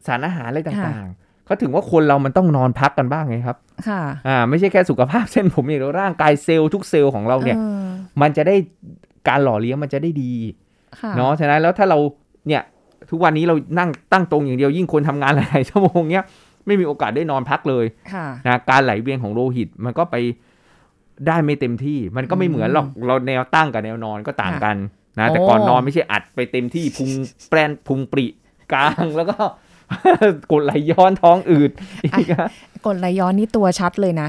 S3: สารอาหารอะไรต่างๆเขาถึงว่าคนเรามันต้องนอนพักกันบ้างไงครับ
S2: ค่ะ
S3: อ่า ไม่ใช่แค่สุขภาพเส้นผมอย่างเดียวร่างกายเซลล์ทุกเซลล์ของเราเนี่ย
S2: ออ
S3: มันจะได้การหล่อเลี้ยงมันจะได้ดี
S2: ค่ะ
S3: เนาะฉะนั้นแล้วถ้าเราเนี่ยทุกวันนี้เรานั่งตั้งตรงอย่างเดียวยิ่งคนทำงานหลายๆชั่วโมงเนี้ย ไม่มีโอกาสได้นอนพักเลย
S2: ค่ะ
S3: นะการไหลเวียนของโลหิตมันก็ไปได้ไม่เต็มที่ มันก็ไม่เหมือนหรอกเราแนวตั้งกับแนวนอนก็ต่างกันนะ
S2: โอ้
S3: แต่ก่อนนอนไม่ใช่อัดไปเต็มที่พุงแปรนพุงปริกลาง แล้วก็ กดไหลย้อนท้องอืดอีกนะ
S2: กดไหลย้อนนี่ตัวชัดเลย นะ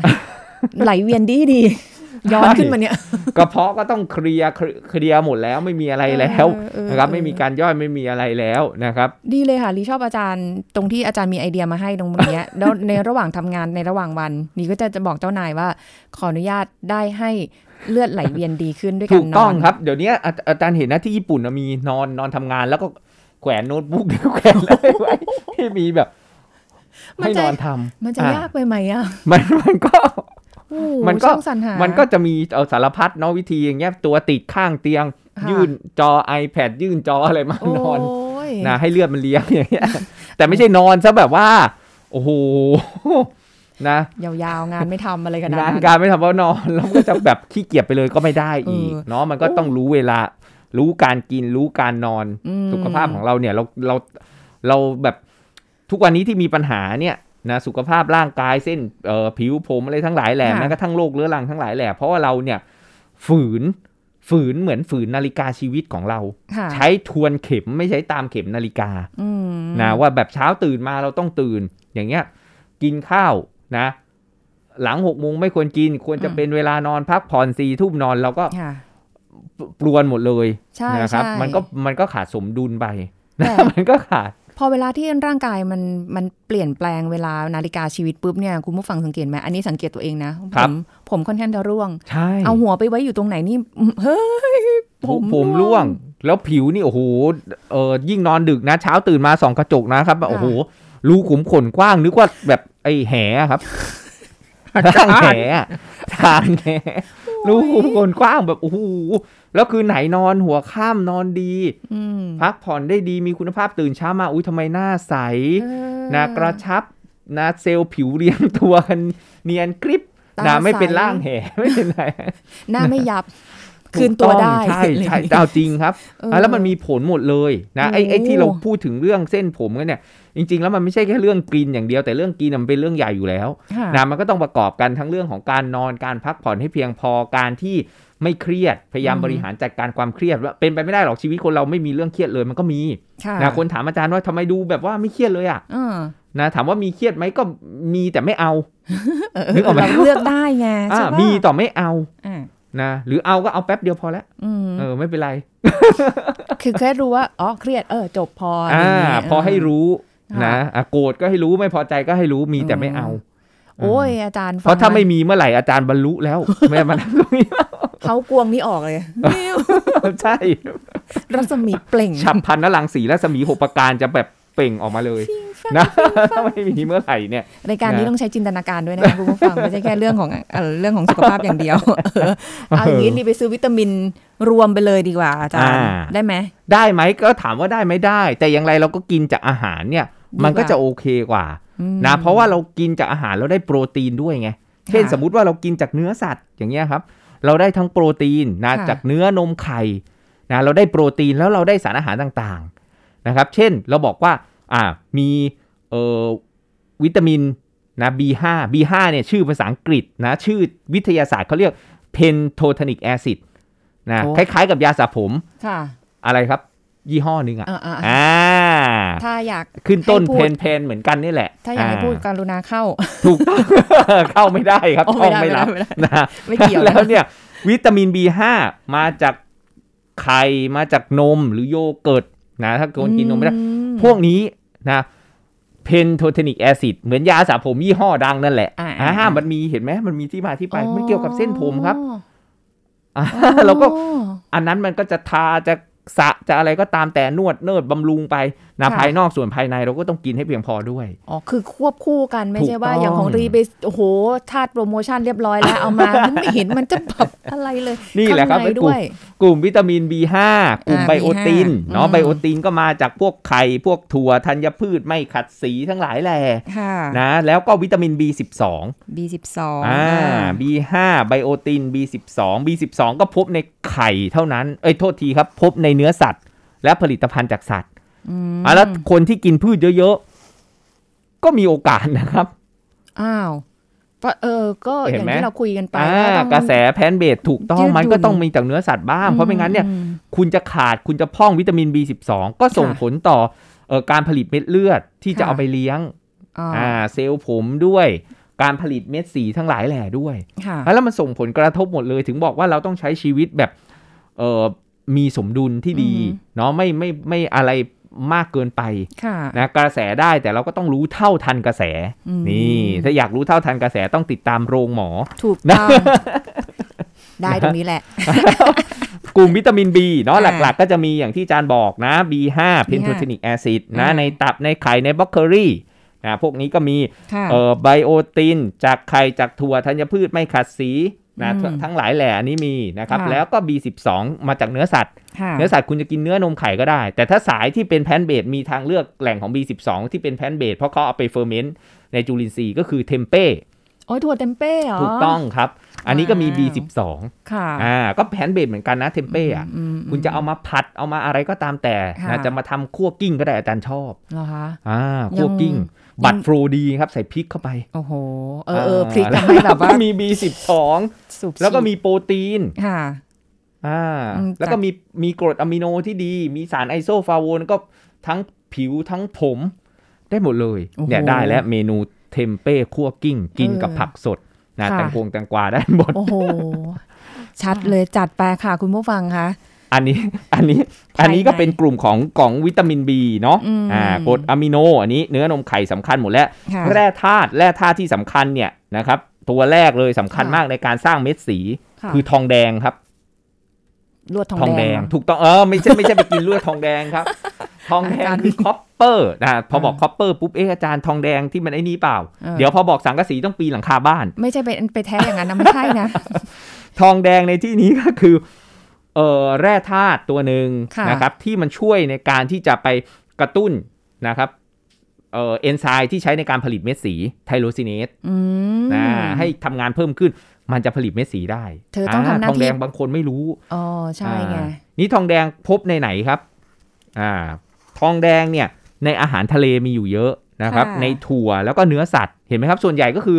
S2: ไหลเวียนดีดีๆย้อนขึ้นมาเนี่ย
S3: กระเพาะก็ต้องเคลียร์เคลียร์หมดแล้วไม่มีอะไรแล้ว
S2: เออเออ
S3: นะครับ
S2: เออ
S3: ไม่มีการย่อยไม่มีอะไรแล้วนะครับ
S2: ดีเลยค่ะลีชอบอาจารย์ตรงที่อาจารย์มีไอเดียมาให้ตรง เนี้ย แล้วในระหว่างทำงานในระหว่างวันลีก็จะจะบอกเจ้านายว่า ขออนุญาตได้ให้เลือดไหลเวียนดีขึ้นด้วย
S3: ถู
S2: การ
S3: ก
S2: นอน
S3: ต้องครับ เดี๋ยวนี้อาอาจารย์เห็นนะที่ญี่ปุ่นนะมีนอนนอนทำงานแล้วก็แขวนโน้ตบุ๊ก แขวนอะไรไว้ให้มีแบบ
S2: มัน
S3: ให้
S2: จะ
S3: นอนทำ
S2: มันจะ
S3: อ่
S2: ยากไปไหมอ่ะ
S3: มันมันก็
S2: โอ้โห
S3: มันก็
S2: ช่างสรรหา
S3: มันก็จะมีเอ่อสารพัดเนาะวิธีอย่างเงี้ยตัวติดข้างเตียง
S2: ค่ะ
S3: ยื่นจอ iPad ยื่นจออะไรมา
S2: โอ้
S3: นอน
S2: ย
S3: นะให้เลือดมันเลี้ยงอย่างเงี้ยแต่ไม่ใช่นอนซะแบบว่า โอ้โหนะ
S2: ยาวๆงานไม่ทำอะไรกัน
S3: งาน
S2: นะ
S3: การไม่ทำเพราะนอน แล้วมันก็จะแบบขี้เกียจไปเลยก็ไม่ได้อีก
S2: เออ
S3: เนาะมันก็ต้องรู้เวลา รู้การกินรู้การนอน
S2: อืม
S3: สุขภาพของเราเนี่ยเราเราเราแบบทุกวันนี้ที่มีปัญหาเนี่ยนะสุขภาพร่างกายเส้นเอ่อผิวผมอะไรทั้งหลายแหล่แม้กระทั่งโรคเรื้อรังทั้งหลายแหล่เพราะว่าเราเนี่ยฝืนฝืนเหมือนฝืนนาฬิกาชีวิตของเรา
S2: ค่ะ
S3: ใช้ทวนเข็มไม่ใช้ตามเข็มนาฬิกา
S2: อืม
S3: นะว่าแบบเช้าตื่นมาเราต้องตื่น อย่างเงี้ย กินข้าวนะ หลังหกโมงไม่ควรกิน ควรจะ
S2: อืม
S3: เป็นเวลานอนพักผ่อนสี่ทุ่มนอนเราก็
S2: ค่ะ
S3: ปลวนหมดเลย
S2: ใช่
S3: นะครับ
S2: ใช่
S3: มันก็มันก็ขาดสมดุลไป นะ
S2: แต่
S3: มันก็ขาด
S2: พอเวลาที่ร่างกายมันมันเปลี่ยนแปลงเวลานาฬิกาชีวิตปุ๊บเนี่ยคุณผู้ฟังสังเกตไหมอันนี้สังเกตตัวเองนะ
S3: ค
S2: ผ
S3: รับ
S2: มผมค่อนข้างจะร่วง
S3: ใช่
S2: เอาหัวไปไว้อยู่ตรงไหนนี่ เฮ้ย
S3: ผ
S2: ผม
S3: มผมร่วง แล้วผิวนี่โอ้โหเออยิ่งนอนดึกนะ เช้าตื่นมาส่องกระจกนะครับโอ้โหรูขุมขนกว้างนึกว่าแบบไอ้แหครับทางแหทางแห รูขุมขนกว้างแบบโอ้โหแล้วคืนไหนนอนหัวข้ามนอนดี
S2: อืม
S3: พักผ่อนได้ดีมีคุณภาพตื่นเช้ามาอุ้ยทำไมหน้าใส
S2: เออ
S3: นะกระชับนะเซลล์ผิวเรียงตัวกันเนียนกริบ
S2: ตา
S3: นะ
S2: ใส
S3: ไม่เป็นร่างแห่ไม่เป็นไร
S2: หน้าไม่ ยับ คืนตัวได้
S3: ถูกองใช่ใช่
S2: อะไรอย่างเงี้ย
S3: เอาจริงครับ
S2: เออ
S3: เอาแล้วมันมีผลหมดเลยนะไอ้ไอ้
S2: โอ้
S3: ที่เราพูดถึงเรื่องเส้นผมกันเนี่ย จริง ๆ แล้วมันไม่ใช่แค่เรื่องกินอย่างเดียวแต่เรื่องกินน่ะมันเป็นเรื่องใหญ่อยู่แล้ว
S2: ค่ะ
S3: นะมันก็ต้องประกอบกันทั้งเรื่องของการนอนการพักผ่อนให้เพียงพอการที่ไม่เครียดพยายามบริหารจัดการความเครียดว่าเป็นไปไม่ได้หรอกชีวิตคนเราไม่มีเรื่องเครียดเลยมันก็มี
S2: ค่ะ
S3: นะคนถามอาจารย์ว่าทำไมดูแบบว่าไม่เครียดเลยอ่ะ
S2: เออ
S3: นะถามว่ามีเครียดไหมก็มีแต่ไม่เอา
S2: เออ
S3: นึกออกไหม
S2: เราเลือกได้ไง
S3: อ่า
S2: ใช่ปะ
S3: มีต่อไม่เอา
S2: อ่า
S3: นะหรือเอาก็เอาแป๊บเดียวพอแล้ว
S2: อืม
S3: เออไม่เป็นไร
S2: คือแค่รู้ว่าอ๋อเครียดเออจบพออะไรย่าง
S3: อ่า
S2: เงี้ย
S3: พอให้รู้
S2: ค่ะ
S3: นะอ่ะโกรธก็ให้รู้ไม่พอใจก็ให้รู้มีแต่ไม่เอา
S2: อืม โอ้ยอาจารย์
S3: เพราะถ้า
S2: ฟัง
S3: ไม่มีเมื่อไหร่อาจารย์บรรลุแล้วแม่มานั่งตรง นี้
S2: เขากวงนี้ออกเลย
S3: ใช่
S2: รัศมีเปล่ง
S3: ฉับพลันและรังสีและสมีหกประการจะแบบเปล่งออกมาเลยนะ ถ้าไม่มีเมื่อไหร่เนี่ย
S2: รายการนี้
S3: นะ
S2: ต้องใช้จินตนาการด้วยนะคะคุณผู้ฟัง ไม่ใช่แค่เรื่องของ เอ่อเรื่องของสุขภาพอย่างเดียว เออเอาอย่างนี้รีบไปซื้อวิตามินรวมไปเลยดีกว่าอาจารย์
S3: อ่า
S2: ได้ไหม
S3: ได้ไหมก็ถามว่าได้ไหมได้ แต่อย่างไรเราก็กินจากอาหารเนี่ย
S2: ดีกว่ามั
S3: มันก็จะโอเคกว่า
S2: อืม
S3: นะเพราะว่าเรากินจากอาหารเราได้โปรตีนด้วยไงเช่นสมมติว่าเรากินจากเนื้อสัตว์อย่างเงี้ยครับ เราได้ทั้งโปรตีนนะ
S2: ค่ะ
S3: จากเนื้อนมไข่นะเราได้โปรตีนแล้วเราได้สารอาหารต่างๆนะครับ เช่นเราบอกว่าอ่ามีเอ่อวิตามินนะ B5 B5 เนี่ยชื่อภาษาอังกฤษนะชื่อวิทยาศาสตร์เขาเรียก pentotenic acid นะ
S2: โอ้
S3: คล้ายๆกับยาสระผม
S2: ค่ะ
S3: อะไรครับ ยี่ห้อหนึ่งอ่ะ
S2: เอออ่ะ
S3: อ่า
S2: ถ้าอยาก
S3: ขึ้นต้น
S2: ให้พู
S3: เพ
S2: ด
S3: นเพนเหมือนกันนี่แหละ
S2: ถ้าอยากให้พูด
S3: อ่
S2: การุณาเข้า
S3: ถูกต้อง เข้าไม่ได้ครับ
S2: โอ้
S3: ช่อง
S2: ไม่
S3: ไม่
S2: ได้
S3: รับ
S2: ไม่ได้
S3: นะ
S2: ไม่เกี่ยวนะ
S3: แล้วเนี่ย วิตามิน B5 มาจากไข่มาจากนมหรือโยเกิร์ตนะถ้าคนกินน มไม่ได้
S2: อื
S3: พวกนี้นะเพนโทเทนิกแอซิดเหมือนยาสระผมยี่ห้อดังนั่นแหละ
S2: อ่า
S3: อ่ามันมีเห็นไหมมันมีที่มาที่ไปมันเกี่ยวกับเส้นผมครับ อ่า
S2: อ๋อ
S3: เราก็ อันนั้นมันก็จะทาจะสระจะอะไรก็ตามแต่นวดเนิดบำรุงไปนะภายนอกส่วนภายในเราก็ต้องกินให้เพียงพอด้วย
S2: อ๋อคือควบคู่กันไม่
S3: ถู
S2: ใช่
S3: ก
S2: ว่าอย่าง
S3: ต้อง
S2: ของรีไปโอ้โหทาดโปรโมชั่นเรียบร้อยแล้วเอา มาไม่เห็นมันจะแบบอะไรเลย
S3: นี่แหละครับ
S2: ข้าง
S3: เป็น
S2: ใน
S3: กลุ่
S2: ด้
S3: ม
S2: วย
S3: กลุ่มวิตามิน B5 กลุ่ม
S2: อ่า
S3: ไบโอติน
S2: B5
S3: เนาะ
S2: อืม
S3: ไบโอตินก็มาจากพวกไข่ พวกถั่วธัญพืชไม่ขัดสีทั้งหลายแหล่
S2: ค่ะ
S3: นะแล้วก็วิตามิน B12
S2: B12
S3: อ่า B5 ไบโอติน B12 B12 ก็พบในไข่เท่านั้น เอ้ยโทษทีครับ พบในเนื้อสัตว์ และผลิตภัณฑ์จากสัตว์
S2: อืม
S3: อ่ะแล้วคนที่กินพืชเยอะ ก็มีโอกาสนะครับ
S2: อ้าวปะเออ ก็
S3: เห็
S2: อน ย่าง
S3: ไหม
S2: ที่เราคุยกันไป
S3: อ่า
S2: ว่าต้อง
S3: กระแสแพนเบสถูกต้อ
S2: ยืดห
S3: ง
S2: ยุ่น
S3: มันก็ต้องมีจากเนื้อสัตว์บ้าง เพราะไม่งั้นเนี่ย
S2: อืม
S3: คุณจะขาดคุณจะพร่องวิตามิน B12 ก็ส่ง
S2: ค่ะ
S3: ผลต่อเอ่อการผลิตเม็ดเลือดที่จะ
S2: ค่ะ
S3: เอาไปเลี้ยง
S2: อ๋ออ
S3: อ่าเซลล์ผมด้วย การผลิตเม็ดสีทั้งหลายแหล่ด้วย
S2: ค่ะ
S3: แล้วมันส่งผลกระทบหมดเลยถึงบอกว่าเราต้องใช้ชีวิตแบบเออมีสมดุลที่ดีเนาะไม่ไม่ไม่อะไรมากเกินไป
S2: ค่ะ
S3: นะกระแสได้แต่เราก็ต้องรู้เท่าทันกระแส
S2: อืม
S3: นี่ ถ้าอยากรู้เท่าทันกระแสต้องติดตามโรงหมอ
S2: ถูกต้อง ได้ตรงนี้แหละ
S3: กลุ่มวิตามิน B เนาะ
S2: อ่า
S3: หลักๆ ก็จะมีอย่างที่อาจารย์บอกนะ B5 p e n t o t e n i c acid นะ
S2: อ่า
S3: ในตับในไข่ในบล็อกเกอรี่นะพวกนี้ก็มี
S2: ค่ะ
S3: เอ่อไบโอติน จากไข่จากถั่วธัญพืชไม่ขัดสีนะ
S2: อืม
S3: ทั้งหลายแหล่อันนี้มีนะครับ
S2: ค่ะ
S3: แล้วก็ B12 มาจากเนื้อสัตว์
S2: ค่ะ
S3: เนื้อสัตว์คุณจะกินเนื้อนมไข่ก็ได้ แต่ถ้าสายที่เป็นแพลนต์เบดมีทางเลือกแหล่งของ B12 ที่เป็นแพลนต์เบดเพราะเขาเอาไปเฟอร์เมนต์ในจุลินทรีย์ก็คือเทมเป้
S2: โอ้ยถั่วเต็มเป้เหรอ
S3: ถูกต้องครับ อันนี้ก็มี
S2: ว้าว
S3: B12
S2: ค่ะ
S3: อ่าก็แพลนต์เบดเหมือนกันนะเทมเป้อะ
S2: อืม
S3: คุณจะเอามาผัดเอามาอะไรก็ตามแต่
S2: ค่ะ
S3: นะจะมาทำคั่วกิ้งก็ได้อาจารย์ชอบ
S2: เหรอคะ
S3: อ่าคั่วกิ้ง
S2: ยัง
S3: บัตรโฟรดีครับใส่พริกเข้าไป
S2: โอ้โห เออเออ
S3: อ่า
S2: พริกทำให้แบบว่า
S3: ก็มี B12
S2: สูบ
S3: แล้วก็
S2: ฉีด
S3: มีโปรตีน
S2: ค่ะ
S3: อ่า
S2: อืม
S3: แล้วก็
S2: จาก
S3: มีมีกรดอะมิโนที่ดี มีสารไอโซฟาโวนก็ทั้งผิวทั้งผม ได้หมดเลย
S2: โอ้โห
S3: เนี่ยได้แล้วเมนูเทมเป้คั่วกิ้ง กินกับ
S2: เออ
S3: ผักสดนะ
S2: ค่ะ
S3: แตงกวงแตงกวา ได้หมด
S2: โอ้โห ชัดเลยจัดไปค่ะคุณผู้ฟังคะ
S3: อันนี้ อันนี้ อันนี้ก็เป็นกลุ่มของกล่องวิตามิน B เนาะ
S2: อืม
S3: กรดอะมิโน อันนี้เนื้อนมไข่สำคัญหมดแล้ว
S2: ค่ะ
S3: แร่ธาตุ แร่ธาตุที่สำคัญเนี่ยนะครับ ตัวแรกเลยสำคัญ
S2: ค่ะ
S3: มากในการสร้างเม็ดสี
S2: ค่ะ
S3: คือทองแดงครับ
S2: ลวดทอง
S3: ทอง
S2: แด
S3: แด
S2: ง
S3: ง
S2: เหรอ
S3: ถูกต้อง เออ ไม่ใช่ ไม่ใช่ไปกินลวดทองแดง ครับ ทองแดงคือคอปเปอร์นะ พอบอกคอปเปอร์ปุ๊บ เอ๊ะอาจารย์ทองแดงที่มันไอ้นี้เปล่า
S2: เออ
S3: เดี๋ยวพอบอกสังกะสีต้องปีนหลังคาบ้าน
S2: ไม่ใช่ไปไปแท้อย่างนั้นนะไม่ใช่นะ
S3: ทองแดงในที่นี้ ก็คือเอ่อแร่ธาตุตัวหนึ่ง
S2: ค่ะ
S3: นะครับที่มันช่วยในการที่จะไปกระตุ้นนะครับเอ่อเอนไซม์ที่ใช้ในการผลิตเม็ดสีไทโรซินเนส
S2: อืม
S3: นะให้ทำงานเพิ่มขึ้น มันจะผลิตเม็ดสีได้
S2: เธอต้องทำหน้าที่
S3: ทองแดงบางคนไม่รู้
S2: อ๋อใช่ไง
S3: อ่านี่ทองแดงพบในไหนครับอ่าทองแดงเนี่ยในอาหารทะเลมีอยู่เยอะนะครับ
S2: ค่ะ
S3: ในถั่วแล้วก็เนื้อสัตว์เห็นไหมครับ ส่วนใหญ่ก็คือ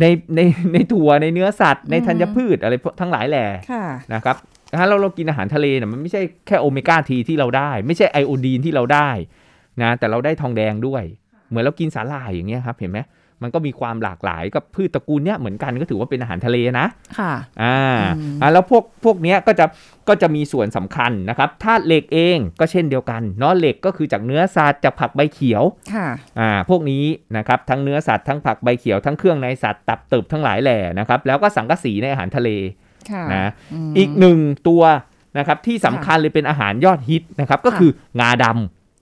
S3: ในในในถั่วในเนื้อสัตว์ในธัญพืชอะไรพวกทั้งหลายแหล่
S2: ค่ะ
S3: นะครับถ้าเราเรากินอาหารทะเลเนี่ยมันไม่ใช่แค่โอเมก้าทีที่เราได้ ไม่ใช่ไอโอดีนที่เราได้นะแต่เราได้ทองแดงด้วย เหมือนเรากินสาหร่ายอย่างเงี้ยครับเห็นไหมมันก็มีความหลากหลายกับพืชตระกูลเนี้ยเหมือนกันก็ถือว่าเป็นอาหารทะเลนะ
S2: ค่ะ
S3: อ่า
S2: อืม
S3: อ่าแล้วพวกพวกเนี้ยก็จะก็จะมีส่วนสำคัญนะครับธาตุเหล็กเองก็เช่นเดียวกันเนาะเหล็กก็คือจากเนื้อสัตว์จากผักใบเขียว
S2: ค่ะ
S3: อ่าพวกนี้นะครับทั้งเนื้อสัตว์ทั้งผักใบเขียวทั้งเครื่องในสัตว์ตับเติบทั้งหลายแหล่นะครับแล้วก็สังกะสีในอาหารทะเล
S2: ค่ะ
S3: นะ
S2: ม
S3: อีกหนึ่งตัวนะครับที่สำคัญเลยเป็นอาหารยอดฮิตนะครับก็
S2: ค่ะ
S3: คืองาดำ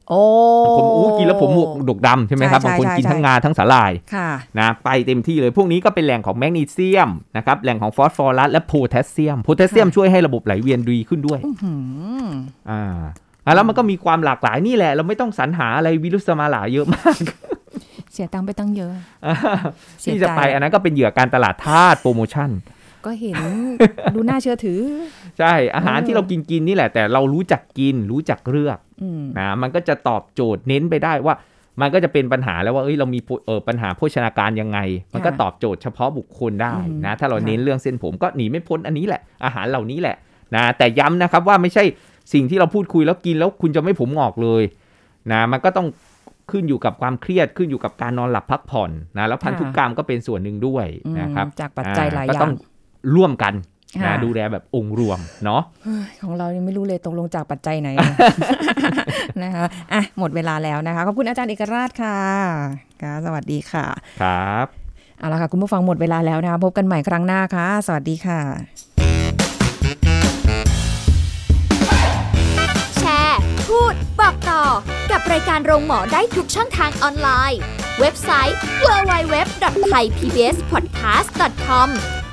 S2: โอ้
S3: บางคนอู้กินแล้วผมหมวกดกดำใช่ไหมครับ
S2: ใช่
S3: บางคน
S2: ใช่
S3: กิน
S2: ใช่
S3: ทั้งงาทั้งสาหร่าย
S2: ค่ะ
S3: นะไปเต็มที่เลย พวกนี้ก็เป็นแหล่งของแมกนีเซียมนะครับแหล่งของฟอสฟอรัสและโพแทสเซียมโพแทสเซียม
S2: ค่ะ
S3: ช่วยให้ระบบไหลเวียนดีขึ้นด้วย
S2: อื้อหือ
S3: อ่าอ่ะแล้วมันก็มีความหลากหลายนี่แหละ เราไม่ต้องสรรหาอะไรวิรุสมาหลาเยอะมาก
S2: เสียตังค์ไปตั้งเยอะ เสีย
S3: ที่จะไป
S2: ใจ
S3: อันนั้นก็เป็นเหยื่อการตลาดทาสโปรโมชั่น
S2: ก็เห็น ดูน่าเชื่อถือ
S3: ใช่อาหารที่เรากินกินนี่แหละ แต่เรารู้จักกินรู้จักเลือก
S2: อืม
S3: นะมันก็จะตอบโจทย์เน้นไปได้ว่า มันก็จะเป็นปัญหาแล้วว่าเอ้ยเรามีปุเออปัญหาโภชนาการยังไง มันก็
S2: ค่ะ
S3: ตอบโจทย์เฉพาะบุคคลได้
S2: อืม
S3: นะ ถ้าเรา
S2: ค่ะ
S3: เน้นเรื่องเส้นผมก็หนีไม่พ้นอันนี้แหละ อาหารเหล่านี้แหละนะแต่ย้ำนะครับว่าไม่ใช่สิ่งที่เราพูดคุยแล้วกินแล้วคุณจะไม่ผมงอกเลยนะมันก็ต้องขึ้นอยู่กับความเครียดขึ้นอยู่กับการนอนหลับพักผ่อนนะแล้วพันธุกรรมก็เป็นส่วนหนึ่งด้วย
S2: อืม
S3: นะครับ
S2: จากปัจจัยหลายอ
S3: ก็
S2: ย่า
S3: ต้
S2: ง
S3: องร่วมกัน
S2: ค่ะ
S3: นะดูแลแบบองค์รวมเนาะ
S2: เฮ้ยของเรายังไม่รู้เลยตกลงจากปัจจัย ไหนนะ นะคะอ่ะหมดเวลาแล้วนะคะ ขอบคุณอาจารย์เอกราชค่ะค่ะสวัสดีค่ะ
S3: ครับ
S2: เอาละค่ะ คุณผู้ฟังหมดเวลาแล้วนะคะพบกันใหม่ครั้งหน้าค่ะ สวัสดีค่ะ
S1: แชร์ พูด บอกต่อ กับรายการโรงหมอได้ทุกช่องทางออนไลน์ เว็บไซต์ www.thaipbspodcast.com